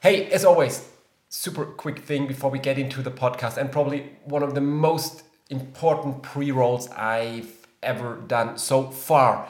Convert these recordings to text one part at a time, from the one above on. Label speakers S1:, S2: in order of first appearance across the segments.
S1: Hey, as always, super quick thing before we get into the podcast, and probably one of the most important pre rolls I've ever done so far.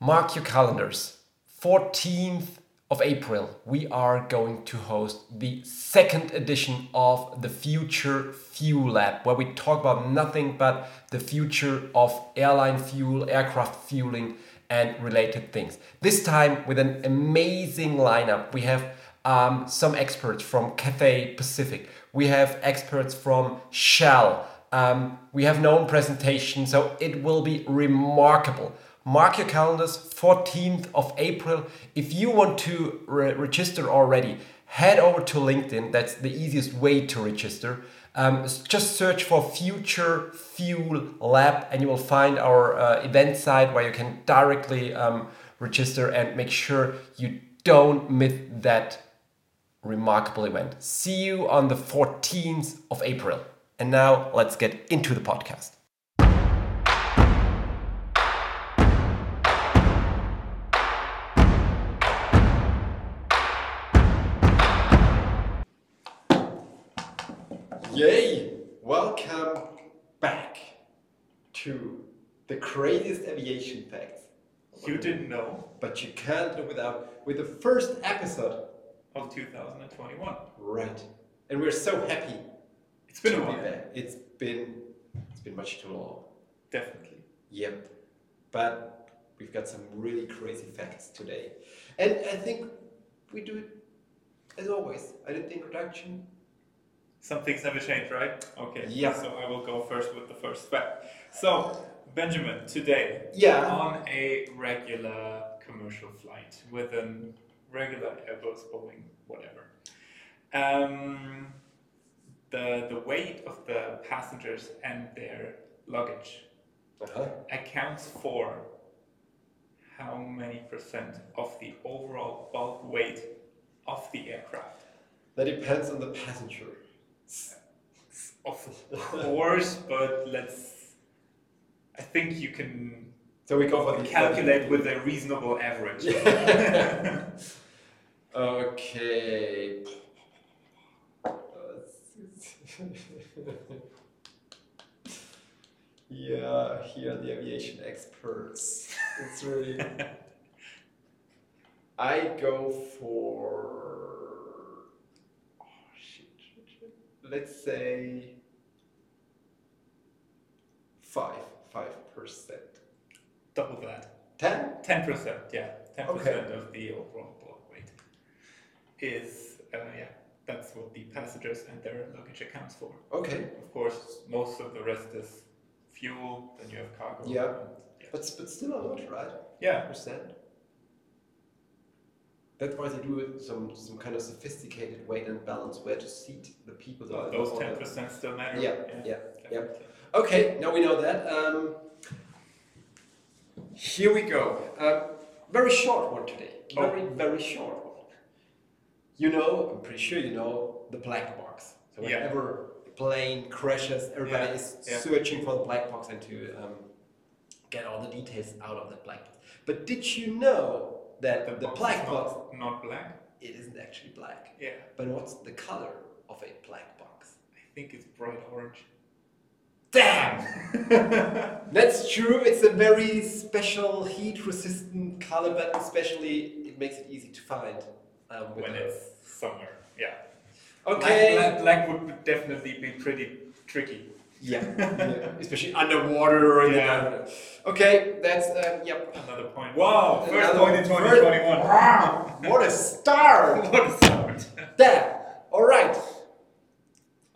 S1: Mark your calendars. 14th of April, we are going to host the second edition of the Future Fuel Lab, where we talk about nothing but the future of airline fuel, aircraft fueling, and related things. This time with an amazing lineup. We have um, some experts from Cathay Pacific, we have experts from Shell, um, we have known presentation, so it will be remarkable. Mark your calendars, 14th of April. If you want to re- register already, head over to LinkedIn. That's the easiest way to register. Um, s- just search for Future Fuel Lab and you will find our uh, event site where you can directly um, register and make sure you don't miss that remarkable event. See you on the 14th of April. And now let's get into the podcast. Yay! Welcome back to the craziest aviation facts.
S2: You didn't know
S1: But you can't do without with the first episode.
S2: of 2021.
S1: Right. And we're so happy
S2: It's been
S1: to
S2: a
S1: be
S2: while,
S1: back. It's been it's been much too long.
S2: definitely.
S1: Yep. But we've got some really crazy facts today. And I think we do it as always. I did the introduction.
S2: Some things never change, right? Okay.
S1: Yeah.
S2: So I will go first with the first fact. So Benjamin, today
S1: Yeah.
S2: on a regular commercial flight with a regular Airbus, Boeing, whatever. Um, the the weight of the passengers and their luggage
S1: Uh-huh.
S2: accounts for how many percent of the overall bulk weight of the aircraft?
S1: That depends on the passenger.
S2: Of course, but let's. I think you can
S1: So we go for the
S2: calculate with a reasonable average.
S1: Okay. yeah, here are the aviation experts. It's really. I go for. Oh, shit, shit, shit. Let's say. 5 5%.
S2: Double that.
S1: 10?
S2: 10%, yeah. 10%
S1: Okay.
S2: of the overall bulk weight is, uh, yeah, that's what the passengers and their luggage accounts for.
S1: Okay.
S2: Of course, most of the rest is fuel, then you have cargo.
S1: Yeah.
S2: and- yeah.
S1: But, but still a lot, right?
S2: Yeah,
S1: understand. That's why they do it some some kind of sophisticated weight and balance where to seat the people. that are
S2: those
S1: on
S2: ten
S1: the-
S2: percent still matter.
S1: Yeah, yeah, yeah.
S2: definitely.
S1: Okay, now we know that. Um, here we go. Um, very short one today.
S2: Oh.
S1: Very very short one. You know, I'm pretty sure you know the black box. So
S2: Yeah.
S1: whenever a plane crashes, everybody
S2: Yeah,
S1: is
S2: yeah.
S1: searching for the black box and to um, get all the details out of that black box. But did you know that the,
S2: box
S1: black
S2: is
S1: box
S2: not, not black.
S1: it isn't actually black.
S2: Yeah,
S1: But what's the color of a black box?
S2: I think it's bright orange.
S1: Damn! That's true, it's a very special heat resistant color, but especially it makes it easy to find. Um, with
S2: when
S1: a-
S2: it's summer. Yeah.
S1: Okay!
S2: Black, black, black would definitely be pretty tricky.
S1: Yeah. yeah, especially underwater. and then-
S2: Yeah.
S1: Okay, that's, um, yep.
S2: Another point. Wow. First
S1: Another-
S2: point in
S1: first-
S2: 2021.
S1: Wow, what a star!
S2: what a start.
S1: Damn! Alright,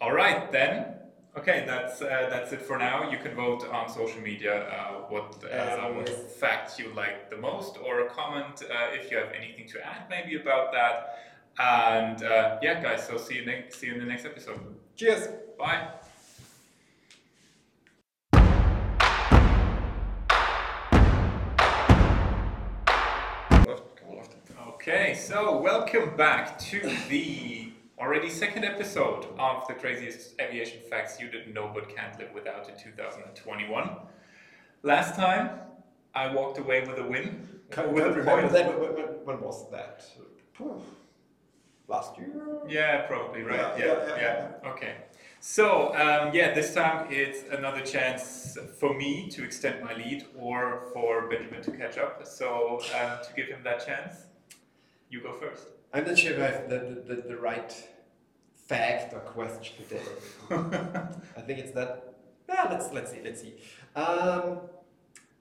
S2: All right then. Okay, that's uh, that's it for now. You can vote on social media uh, what uh,
S1: Um,
S2: what fact you like the most, or comment uh, if you have anything to add maybe about that. And uh, yeah, guys. So see you next see you in the next episode.
S1: cheers!
S2: Bye. Okay, so welcome back to the already second episode of the craziest aviation facts you didn't know but can't live without in 2021. Last time, I walked away with a win.
S1: Can't
S2: with a
S1: remember
S2: point.
S1: that, when, when, when was that? Poof. last year.
S2: Yeah, probably,
S1: Yeah,
S2: right? Yeah,
S1: yeah,
S2: yeah.
S1: yeah,
S2: Okay. So, um, yeah, this time it's another chance for me to extend my lead or for Benjamin to catch up. So, um, to give him that chance, you go first.
S1: I'm not sure if I have the, the, the, the right fact or question today. I think it's that. Yeah, let's let's see, let's see. Um,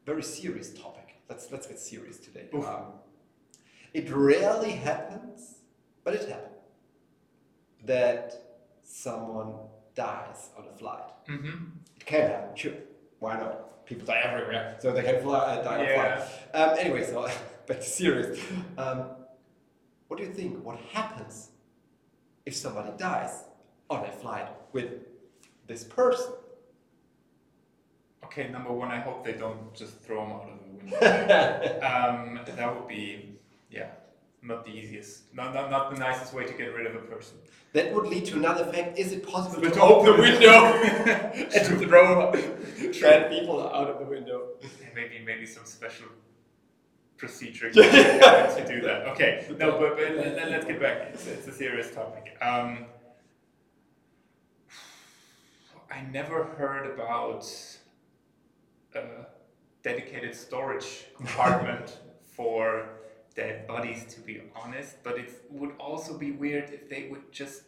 S1: very serious topic. Let's let's get serious today.
S2: Oof.
S1: Um, it rarely happens, but it happened that someone dies on a flight.
S2: hmm
S1: It can happen, sure. Why not? People die everywhere, so they can fly, uh, die on
S2: Yeah.
S1: flight. Um, anyway, so back to serious. Um, what do you think? What happens if somebody dies on a flight with this person?
S2: Okay, number one, I hope they don't just throw him out of the window.
S1: yeah,
S2: um, that would be, yeah, not the easiest, not, not, not the nicest way to get rid of a person.
S1: that would lead to another fact. Is it possible
S2: But
S1: to
S2: to
S1: open the
S2: open it.
S1: window and throw dead people out of the window?
S2: Maybe maybe some special procedure to do that. Okay, no, but, but let, let- let's get back. It's, it's a serious topic. Um, I never heard about uh, a dedicated storage compartment for dead bodies, to be honest. But it would also be weird if they would just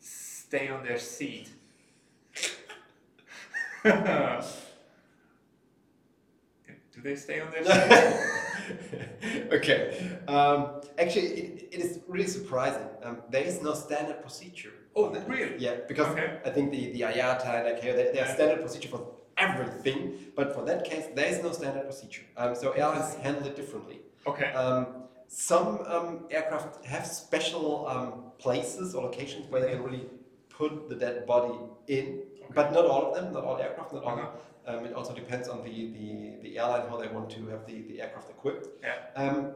S2: stay on their seat. Do they stay on their seat?
S1: okay. Um, actually, it, it is really surprising. Um, there is no standard procedure.
S2: Oh,
S1: on that.
S2: really?
S1: Yeah, because
S2: Okay.
S1: I think the, the IATA and ICAO, they, they have
S2: Yeah.
S1: standard procedure for everything. But for that case, there is no standard procedure. Um, so airlines handle it differently.
S2: Okay.
S1: Um, some um, aircraft have special um, places or locations where they can really put the dead body in, but not all of them, not all aircraft, not all.
S2: Uh-huh.
S1: Um, it also depends on the, the, the airline how they want to have the, the aircraft equipped.
S2: Yeah.
S1: Um,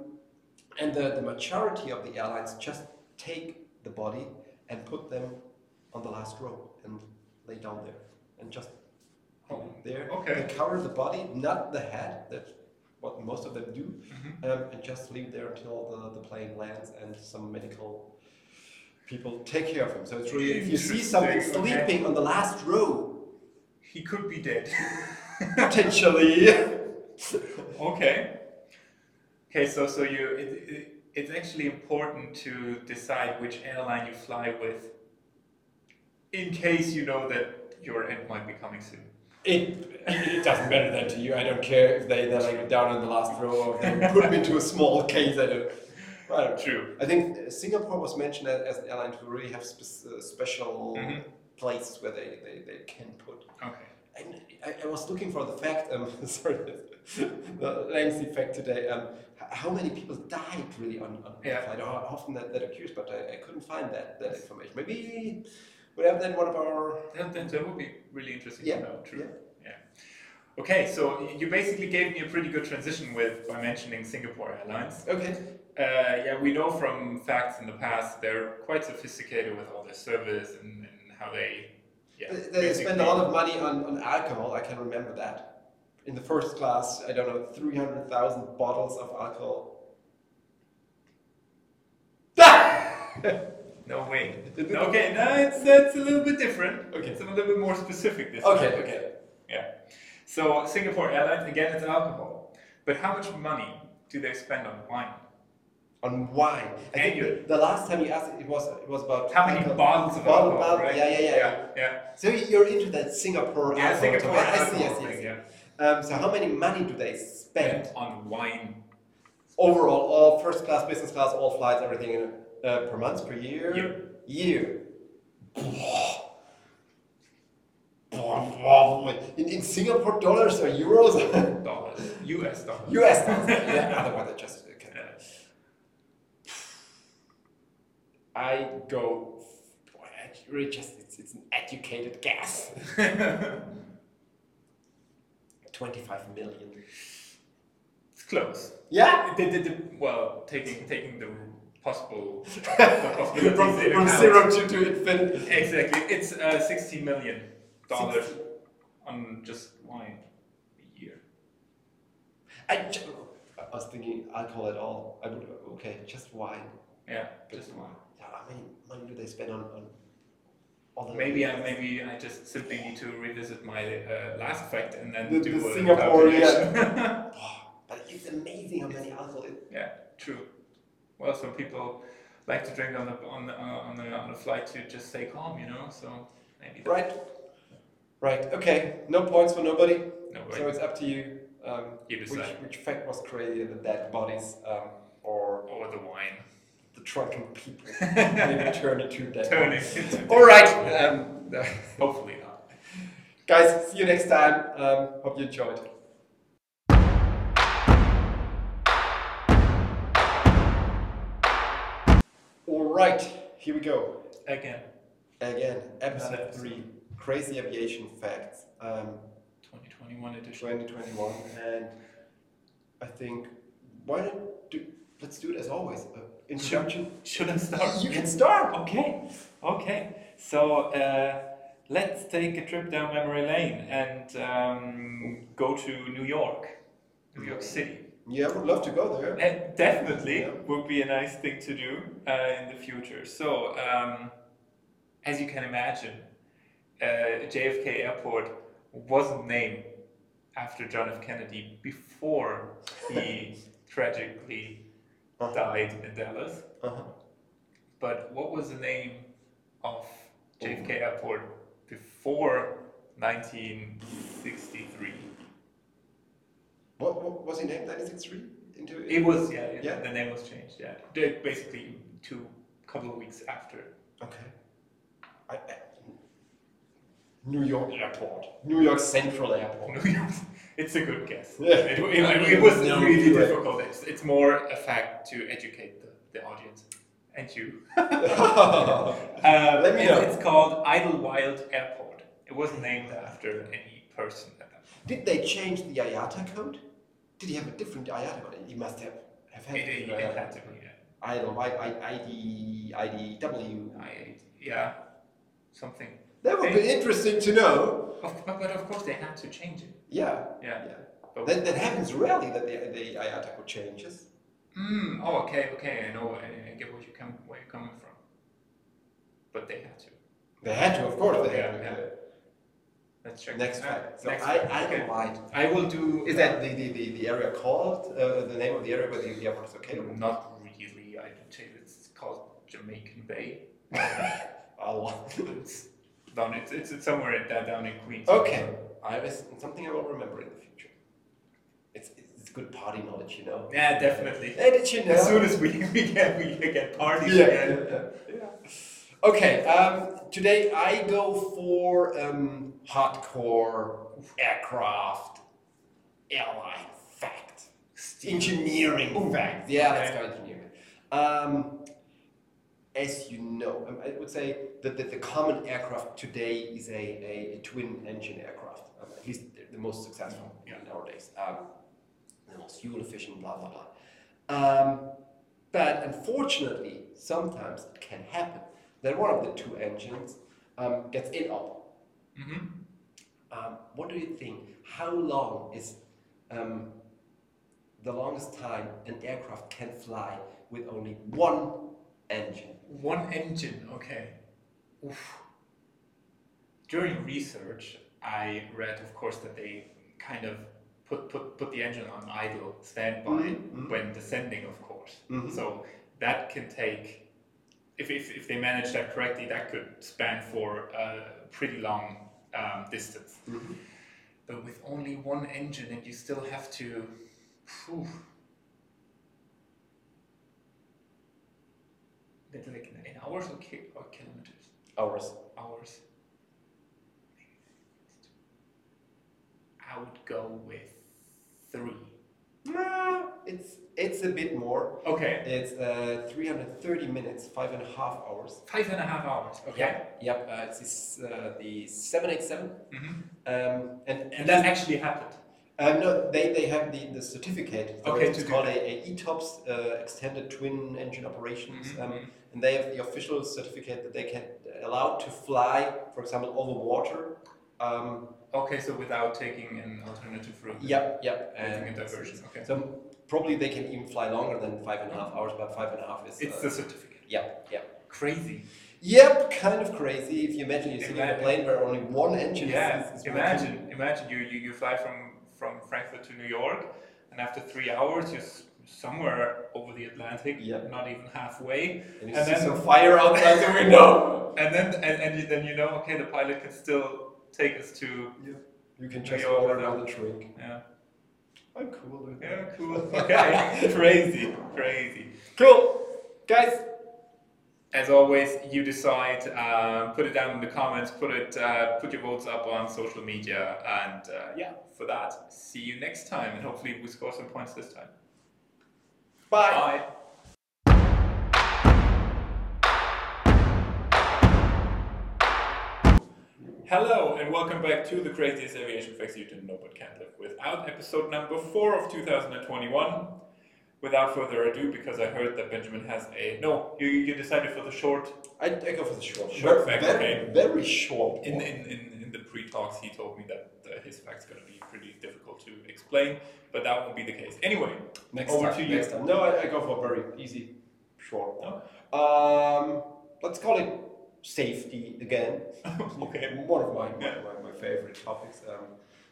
S1: and the, the majority of the airlines just take the body and put them on the last row and lay down there and just hang
S2: Oh,
S1: there.
S2: okay.
S1: They cover the body, not the head. That's what most of them do,
S2: Mm-hmm.
S1: um, and just leave there until the, the plane lands and some medical people take care of him. So it's really if you see someone
S2: Interesting,
S1: sleeping
S2: okay.
S1: on the last row,
S2: He could be dead.
S1: potentially.
S2: okay. Okay, so so you it, it, it's actually important to decide which airline you fly with in case you know that your end might be coming soon.
S1: It, it doesn't matter then to you. I don't care if they, they're like down in the last row or if they put me to a small case. I don't, I don't
S2: True.
S1: I think uh, Singapore was mentioned as, as an airline who really have spe- uh, special
S2: Mhm.
S1: places where they, they, they can put.
S2: Okay.
S1: And I, I was looking for the fact, um, sorry, the lengthy fact today, um, h- how many people died really on, on the
S2: Yeah.
S1: flight, or how often that, that occurs, but I, I couldn't find that, that information. Maybe we'll have then one of our.
S2: That, that, that would be really interesting
S1: Yeah,
S2: to know. True. Yeah. Okay, so you basically gave me a pretty good transition with by mentioning Singapore Airlines.
S1: Okay.
S2: Uh, yeah, we know from facts in the past they're quite sophisticated with all their service and, and how they. Yeah,
S1: They- They spend a lot of money on, on alcohol, I can remember that. In the first class, I don't know, 300,000 bottles of alcohol.
S2: basically- No way.
S1: Did they-
S2: okay, no, it's that's a little bit different.
S1: Okay.
S2: it's a little bit more specific this.
S1: Okay,
S2: time.
S1: okay.
S2: Yeah. So Singapore Airlines again, it's alcohol, but how much money do they spend on wine?
S1: On wine. I think
S2: Annual.
S1: the, the last time you asked, it was it was about
S2: How many
S1: alcohol.
S2: bottles of
S1: Bottle-
S2: alcohol?
S1: bottle-
S2: right?
S1: Yeah, yeah, yeah,
S2: yeah, yeah.
S1: So you're into that Singapore
S2: Yeah,
S1: alcohol.
S2: Singapore
S1: topic. I see,
S2: alcohol
S1: I see, I
S2: thing,
S1: see.
S2: yeah.
S1: Um, so how many money do they spend
S2: on wine.
S1: overall, all first class, business class, all flights, everything in, uh, per month, per year?
S2: Year.
S1: Year. In, in Singapore dollars or euros?
S2: Dollars, U.S. dollars.
S1: US dollars. yeah, otherwise I just uh, okay.
S2: Yeah.
S1: I go. Boy, I really just it's, it's an educated guess. Twenty-five million.
S2: It's close.
S1: Yeah.
S2: The- the- the- well, taking taking the possible the possibilities
S1: from
S2: into
S1: from
S2: account.
S1: zero to, to infinity.
S2: Exactly, it's uh, sixty million dollars
S1: 60.
S2: on just wine a year.
S1: I, ju- I was thinking alcohol at all. I would okay, just wine.
S2: Yeah, just wine.
S1: Yeah, I they spend on, on all the
S2: Maybe I maybe I just simply need to revisit my uh, last fact and then
S1: The-
S2: do
S1: the
S2: a
S1: Singapore, yeah.
S2: calculation.
S1: Ah, But it's amazing how many alcohol. It,
S2: yeah, true. Well, some people like to drink on the on the, uh, on the on the flight to just stay calm, you know. So maybe that's
S1: right. Right. Okay. No points for nobody.
S2: no
S1: So
S2: way.
S1: it's up to you. Um,
S2: You
S1: which,
S2: decide.
S1: which fact was crazier, the dead bodies um, or
S2: Or the wine.
S1: the drunken people? Maybe turn it to dead.
S2: Turn
S1: bodies.
S2: it into.
S1: All right. Um,
S2: Hopefully not.
S1: guys, see you next time. Um, hope you enjoyed. All right. Here we go.
S2: Again,
S1: Again,
S2: Another
S1: episode
S2: episode.
S1: three, crazy aviation facts, um,
S2: 2021 edition.
S1: 2021, and I think why not do let's do it as always. Uh, introduction.
S2: Should I start?
S1: You can start.
S2: Okay, okay. So uh, let's take a trip down memory lane and um, go to New York, New York City.
S1: Yeah, I would love to go there.
S2: It definitely
S1: Yeah.
S2: would be a nice thing to do uh, in the future. So, um, as you can imagine, uh, JFK Airport wasn't named after John F. Kennedy before he tragically
S1: Uh-huh.
S2: died in Dallas.
S1: Uh-huh.
S2: But what was the name of JFK Airport before 1963?
S1: What, what was he named? 1963 into
S2: It was, yeah, it-
S1: Yeah.
S2: the name was changed, yeah. They- Basically, two couple of weeks after.
S1: Okay. I, I, New York Airport. New York Central Airport.
S2: it's a good guess.
S1: Yeah.
S2: It, it- it was
S1: No,
S2: really
S1: you're right.
S2: difficult. It's, it's more a fact to educate the, the audience and you. Uh,
S1: Let me
S2: it's,
S1: know.
S2: it's called Idlewild Airport. It wasn't named after any person at that point.
S1: Did they change the IATA code? Did he have a different IATA code? He must have, have had
S2: It, it,
S1: different
S2: it
S1: IATA.
S2: had to be, yeah.
S1: I don't know, I, I, ID, IDW.
S2: I, yeah, something.
S1: That would be interesting to know.
S2: Of, but, but of course, they had to change it.
S1: Yeah,
S2: Yeah.
S1: yeah.
S2: But,
S1: That, that happens rarely that the, the IATA code changes.
S2: mm, oh, okay, okay. I know. I, I get what you come where you're coming from. But they had to.
S1: They had to, of course, they had
S2: Yeah,
S1: to.
S2: Let's check.
S1: Next
S2: this out.
S1: fact. So
S2: Next
S1: I,
S2: fact,
S1: I
S2: okay.
S1: don't mind.
S2: I will do.
S1: Is that the, the, the, the area called, uh, the name of the area where the airport is located?
S2: not really? I don't say it's called Jamaican Bay.
S1: Oh.
S2: It's down. It's it's, it's somewhere in- down down in Queens.
S1: Okay. I was something I will remember in the future. It's, it's good party knowledge, you know.
S2: Yeah, definitely.
S1: Hey, did you know?
S2: As soon as we we get we get parties
S1: Yeah,
S2: again.
S1: yeah, yeah. Okay, um, today I go for um, hardcore aircraft, airline fact, engineering fact. Yeah, let's go engineering. Um, as you know, um, I would say that the, the common aircraft today is a, a, a twin engine aircraft, um, at least the, the most successful
S2: Yeah.
S1: nowadays, um, the most fuel efficient, blah, blah, blah. Um, but unfortunately, sometimes it can happen that one of the two engines um, gets inoperable. Mm-hmm.
S2: hmm
S1: Um, what do you think? How long is um, the longest time an aircraft can fly with only one engine?
S2: One engine, okay. Oof. During research, I read, of course, that they kind of put, put, put the engine on idle standby
S1: Mhm, mhm.
S2: when descending, of course.
S1: Mhm.
S2: So that can take, if, if, if they manage that correctly, that could span for a pretty long um, distance. But with only one engine, and you still have to. Phew. But like in- in hours or, ki- or kilometers?
S1: Hours.
S2: Hours. I would go with three.
S1: Nah, it's it's a bit more.
S2: Okay.
S1: It's uh, 330 minutes, five and a half hours.
S2: Five and a half hours. Okay.
S1: Yep. yep. Uh, it's this, uh, the 787.
S2: hmm
S1: Um, and,
S2: And that actually happened.
S1: Um, no, they, they have the, the certificate. So
S2: Okay,
S1: it's
S2: to do
S1: called a, a ETOPS, uh, Extended Twin Engine Operations.
S2: Mhm,
S1: Um,
S2: mhm.
S1: and they have the official certificate that they can allow to fly, for example, over water. Um,
S2: Okay, so without taking an alternative route.
S1: yep, yep.
S2: Taking a
S1: and-
S2: diversion. Okay.
S1: So probably they can even fly longer than five and a half hours, but five and a half is.
S2: it's
S1: uh,
S2: the certificate.
S1: Yep, yep.
S2: Crazy.
S1: Yep, kind of crazy. If you imagine you're sitting in a
S2: Imagine.
S1: plane where only one engine is-
S2: Yeah,
S1: is, is working.
S2: imagine, imagine you, you, you fly from, from Frankfurt to New York, and after three hours, you're s- somewhere over the Atlantic,
S1: Yep.
S2: not even halfway.
S1: And
S2: And
S1: you see
S2: then,
S1: some fire outside the window.
S2: and then, and, and you, then you know, okay, the pilot can still take us to.
S1: You can
S2: New
S1: just
S2: York
S1: order
S2: with a-
S1: another drink.
S2: Yeah,
S1: I'm cool with
S2: yeah cool. Okay, crazy, crazy.
S1: Cool. Guys,
S2: As always, you decide. Uh, put it down in the comments. Put it. Uh, put your votes up on social media. And uh, yeah, for that, see you next time, and hopefully we score some points this time.
S1: bye.
S2: Bye. Hello and welcome back to the craziest aviation facts you didn't know but can't live without, episode number four of 2021. Without further ado, because I heard that Benjamin has a no, you, you decided for the short
S1: I, I go for the short.
S2: Short
S1: Ver-
S2: fact,
S1: very,
S2: okay.
S1: very short.
S2: in
S1: one.
S2: in, in, in the pre talks he told me that uh, his fact's gonna be pretty difficult to explain, but that won't be the case. Anyway,
S1: next
S2: over
S1: time,
S2: to you.
S1: next time. No, I, I go for very easy, short. one.
S2: No?
S1: Um, let's call it safety again.
S2: okay.
S1: One of my, my,
S2: Yeah.
S1: my, my favorite topics, um,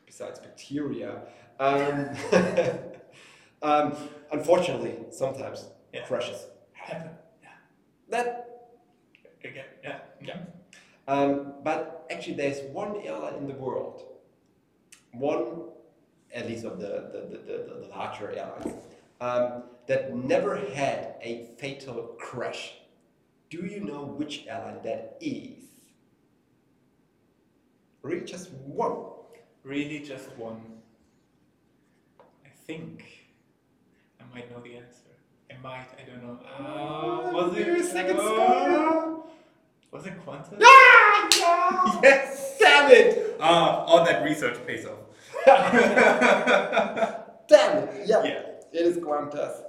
S1: besides bacteria. Um, um, unfortunately, sometimes
S2: Yeah.
S1: crashes. That
S2: Again, yeah.
S1: Yeah. Um, but actually, there's one airline in the world, one, at least of the, the, the, the, the larger airlines, um, that never had a fatal crash. Do you know which airline that is? Really, just one.
S2: Really, just one. I think I might know the answer. I might. I don't know. Uh, was
S1: Ah, Give me a
S2: it?
S1: second
S2: uh,
S1: score.
S2: was it Qantas?
S1: Ah, yeah!
S2: Yes.
S1: Damn it!
S2: Ah, all that research pays off.
S1: Damn it! Yeah.
S2: Yeah.
S1: It is Qantas.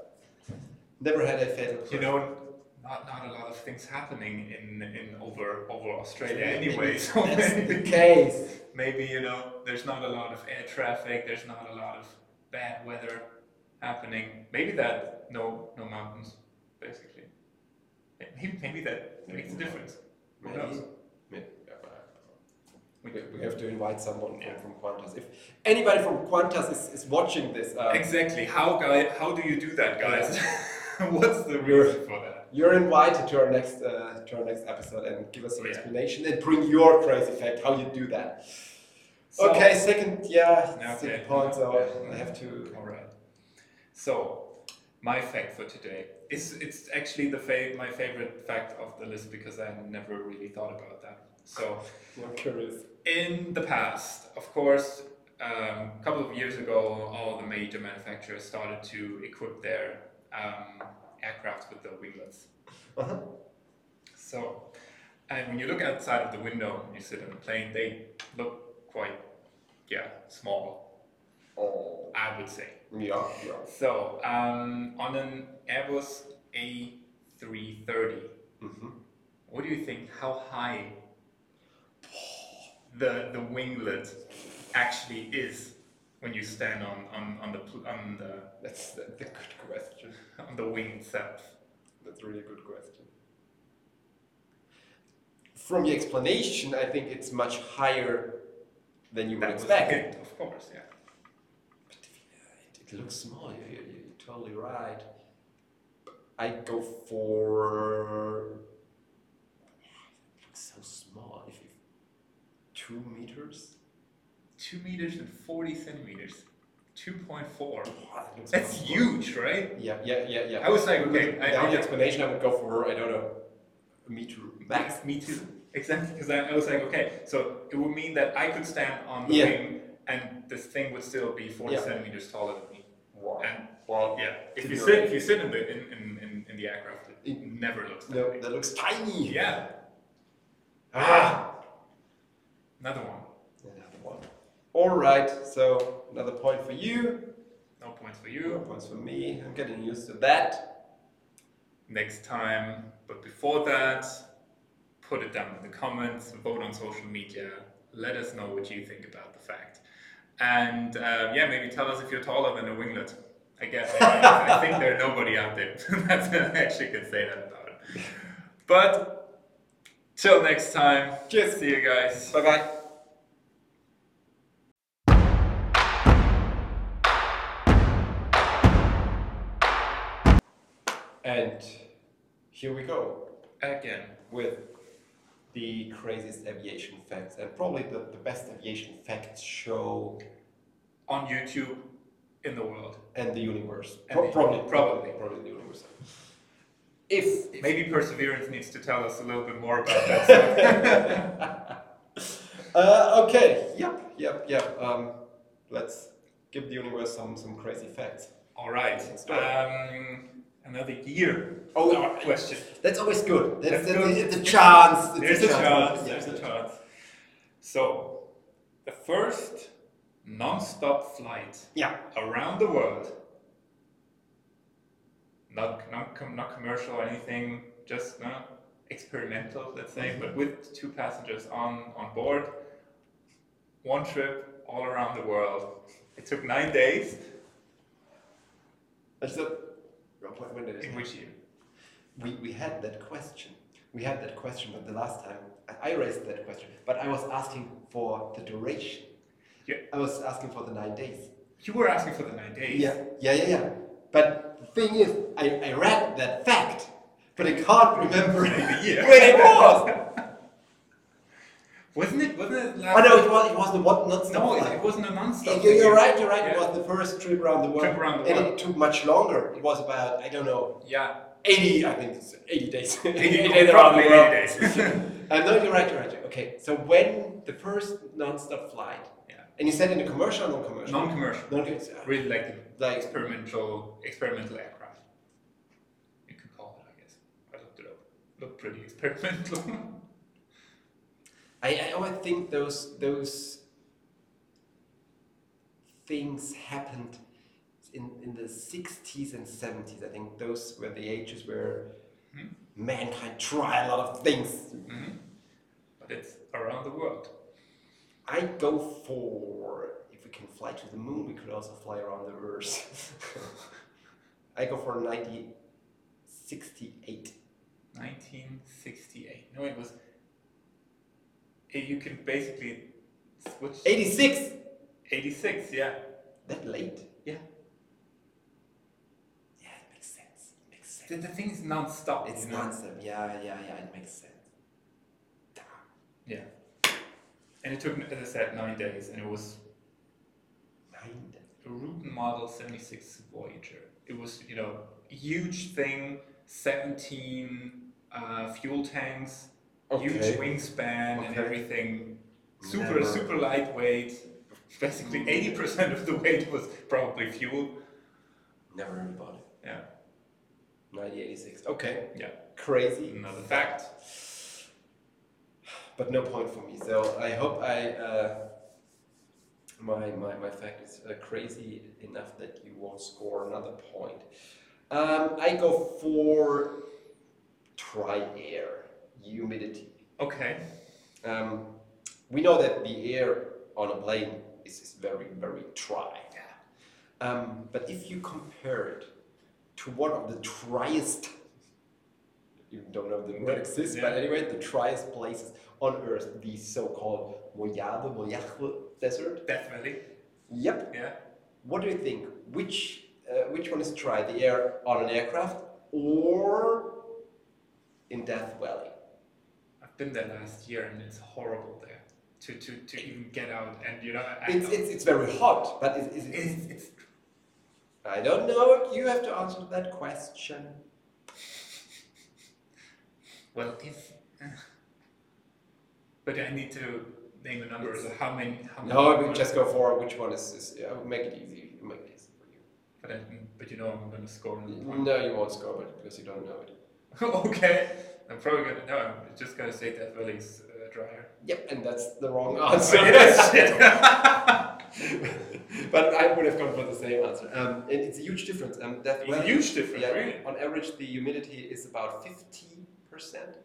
S1: Never had a fatal crash.
S2: you know, not, not a lot of things happening in in over over Australia
S1: Maybe
S2: anyway. So
S1: that's the
S2: maybe,
S1: case.
S2: maybe you know, there's not a lot of air traffic. There's not a lot of bad weather happening. Maybe that no no mountains, basically. Maybe, maybe that
S1: Maybe
S2: makes a
S1: not.
S2: difference. Who
S1: Maybe.
S2: knows?
S1: Maybe. yeah, but We,
S2: We could-
S1: we have to invite someone
S2: Yeah.
S1: from, from Qantas. If anybody from Qantas is, is watching this, um,
S2: Exactly. How guy? How do you do that, guys? What's the reason for that?
S1: you're invited to our next uh, to our next episode and give us an
S2: Yeah.
S1: explanation and bring your crazy fact how you do that.
S2: So-
S1: okay, second, yeah,
S2: Yeah,
S1: second
S2: okay.
S1: point. So
S2: Yeah.
S1: I have to.
S2: All right. So, my fact for today is it's actually the fa- my favorite fact of the list because I never really thought about that. So,
S1: I'm curious.
S2: in the past, of course, um, a couple of years ago, all the major manufacturers started to equip their um, aircraft with the winglets.
S1: Uh-huh.
S2: So, and when you look outside of the window, you sit in a plane, they look quite, yeah, small,
S1: Oh,
S2: I would say.
S1: yeah, yeah.
S2: So, um, on an Airbus A330,
S1: Mm-hmm.
S2: what do you think, how high the, the winglet actually is when you stand on, on, on, the, pl- on, the,
S1: That's that's a good question.
S2: on the wing itself?
S1: That's a really good question. From your explanation, I think it's much higher than you would
S2: That was
S1: expect.
S2: it, of course, yeah.
S1: But if, uh, it, it looks small. You're, you're, you're totally right. I go for. It looks so small. If you, two meters.
S2: 2 meters and 40 centimeters. 2.4.
S1: Wow, that looks
S2: That's
S1: small.
S2: huge, right?
S1: Yeah, yeah, yeah, yeah.
S2: I was like,
S1: With-
S2: okay, I-
S1: without
S2: I-
S1: the explanation, I would go for I don't know, a meter max.
S2: Me too. Exactly, because I, I was like, okay, so it would mean that I could stand on the
S1: Yeah.
S2: wing and this thing would still be 40
S1: Yeah.
S2: centimeters taller than me.
S1: Wow.
S2: And
S1: Wow.
S2: yeah, if you
S1: Didn't
S2: sit
S1: know.
S2: if you sit in the in, in, in, in the aircraft, it,
S1: It-
S2: never looks that
S1: No,
S2: big.
S1: that looks tiny.
S2: Yeah,
S1: Ah.
S2: another one.
S1: Another one. All right. So another point for you.
S2: No points for
S1: Two
S2: you.
S1: points for me. I'm getting used to that.
S2: Next time, but before that, put it down in the comments, vote on social media, let us know what you think about the fact. And um, yeah, maybe tell us if you're taller than a winglet. I guess I, I think there's nobody out there that actually can say that about it. But Till next time.
S1: Cheers.
S2: See you guys.
S1: Bye bye. And here we go
S2: Again.
S1: with the craziest aviation facts and probably the, the best aviation facts show
S2: On YouTube in the world.
S1: and the universe.
S2: And the-
S1: probably,
S2: probably.
S1: probably, probably the universe. If, if
S2: Maybe Perseverance needs to tell us a little bit more about that.
S1: Uh, okay. Yep. Yep. Yep. Um, let's give the universe some some crazy facts.
S2: All right.
S1: Let's do it.
S2: Um, another year.
S1: Oh,
S2: Our question.
S1: That's always good. That's,
S2: That's
S1: that's-
S2: good.
S1: It's a chance. It's
S2: There's a chance.
S1: Yeah,
S2: There's a chance. So, the first non-stop flight
S1: Yeah.
S2: around the world. Not not com- not commercial or anything. Just no, experimental, let's
S1: Mm-hmm.
S2: say, but with two passengers on on board. One trip all around the world. It took nine days.
S1: That's a, what- what it is.
S2: In which year?
S1: we, we had that question. We had that question, but the last time I, I raised that question, but I was asking for the duration.
S2: Yeah.
S1: I was asking for the nine days.
S2: You were asking for the nine days.
S1: Yeah, yeah, yeah, yeah. But the thing is, I, I read that fact, but I can't remember
S2: The year.
S1: when it was.
S2: Wasn't it? Wasn't it last?
S1: Oh no, it was it was the what not
S2: No,
S1: stop
S2: it, it
S1: flight.
S2: wasn't a non-stop.
S1: You- you're
S2: thing.
S1: right, you're right. It
S2: Yeah.
S1: was the first trip around the world,
S2: Trip around the
S1: and
S2: world.
S1: it took much longer. It was about I don't know,
S2: Yeah.
S1: eighty, I think, it's eighty days.
S2: probably 80 days.
S1: uh, no, you're right, you're right. Okay, so when the first non-stop flight,
S2: Yeah.
S1: and you said in a commercial, or non-commercial,
S2: Non-commercial.
S1: non-commercial.
S2: Really like the
S1: Like-
S2: experimental experimental aircraft. You could call it, I guess. I looked it up. Looked pretty experimental. Mm-hmm.
S1: I, I always think those those things happened in, in the 60s and 70s. I think those were the ages where mankind tried a lot of things.
S2: but it's around the world.
S1: I go for if we can fly to the moon, we could also fly around the earth. I go for 1968.
S2: 1968. No, it was. eh, You can basically switch.
S1: 86!
S2: 86. Yeah.
S1: That late?
S2: Yeah.
S1: Yeah, it makes sense. It makes sense.
S2: The, the thing is non-stop.
S1: It's
S2: you know?
S1: not them. Yeah, yeah, yeah. It makes sense. Damn.
S2: Yeah. And it took, as I said, nine days, and it was
S1: Mind.
S2: a Rubin Model 76 Voyager. It was, you know, a huge thing, 17 uh, fuel tanks,
S1: Okay.
S2: huge wingspan and
S1: Okay.
S2: everything. Super,
S1: Never- Mm.
S2: super lightweight. Basically, 80% of the weight was probably fuel.
S1: Never heard about it.
S2: Yeah,
S1: 1986. Okay.
S2: yeah.
S1: Crazy.
S2: Another fact.
S1: But no point for me. So I hope I. Uh, my, my, my fact is uh, crazy enough that you won't score another point. Um, I go for dry air, humidity.
S2: Okay.
S1: Um, we know that the air on a plane is, is very, very dry. Um, but if you compare it to one of the driest, you don't know if the word exists, but
S2: Yeah.
S1: anyway, the driest places on Earth, the so-called Mojave, Mojave Desert.
S2: Death Valley.
S1: Yep.
S2: Yeah.
S1: What do you think? Which uh, which one is dry? The air on an aircraft or in Death Valley?
S2: I've been there last year and it's horrible there to, to, to even get out and, you know, I,
S1: It's, it's, it's very hot, but it, it, it's
S2: it's, it's
S1: I don't know. You have to answer that question.
S2: Well, if. uh, But I need to name a number. So how many? How many
S1: No, we just go for which one is. is I will make it easy. Make it easy for you.
S2: But, I, but you know I'm going to score another point.
S1: No, you won't score it because you don't know it.
S2: okay. I'm probably going to. No, I'm just going to say Death Valley's uh, dryer.
S1: Yep, and that's the wrong answer. but I would have gone for the same answer. Um, and it's a huge difference. Um, that
S2: It's a huge difference,
S1: yeah,
S2: really.
S1: On average, the humidity is about fifty percent,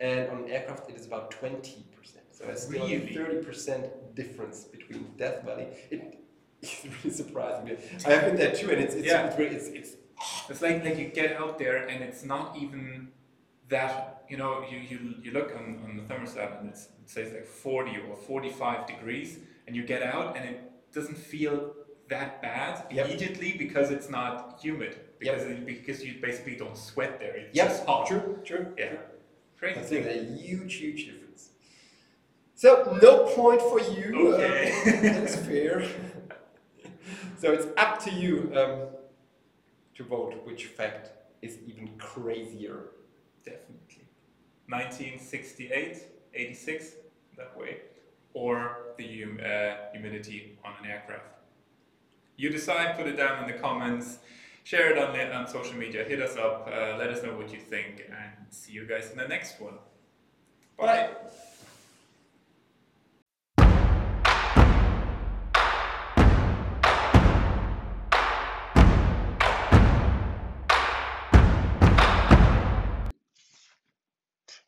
S1: and on an aircraft, it is about twenty percent. So it's still
S2: Really?
S1: thirty percent difference between Death Valley. It, it's really surprising me. I have been there too, and it's it's
S2: Yeah.
S1: it's, really- it's, it's
S2: It's like like you get out there and it's not even that you know, you, you, you look on, on the thermostat and it's, it says like 40 or 45 degrees, and you get out and it doesn't feel that bad
S1: Yep.
S2: immediately because it's not humid. Because, it, because you basically don't sweat there. It's
S1: Yes,
S2: just hot.
S1: true, true.
S2: Yeah.
S1: true.
S2: Crazy.
S1: That's
S2: thing.
S1: a huge, huge difference. So no point for you.
S2: Okay.
S1: um, that's fair. so it's up to you um, to vote which fact is even crazier.
S2: Definitely. 1968, 86, that way. Or the hum- uh, humidity on an aircraft. You decide, put it down in the comments, share it on, the, on social media, hit us up, uh, let us know what you think, and see you guys in the next one. Bye.
S1: Bye.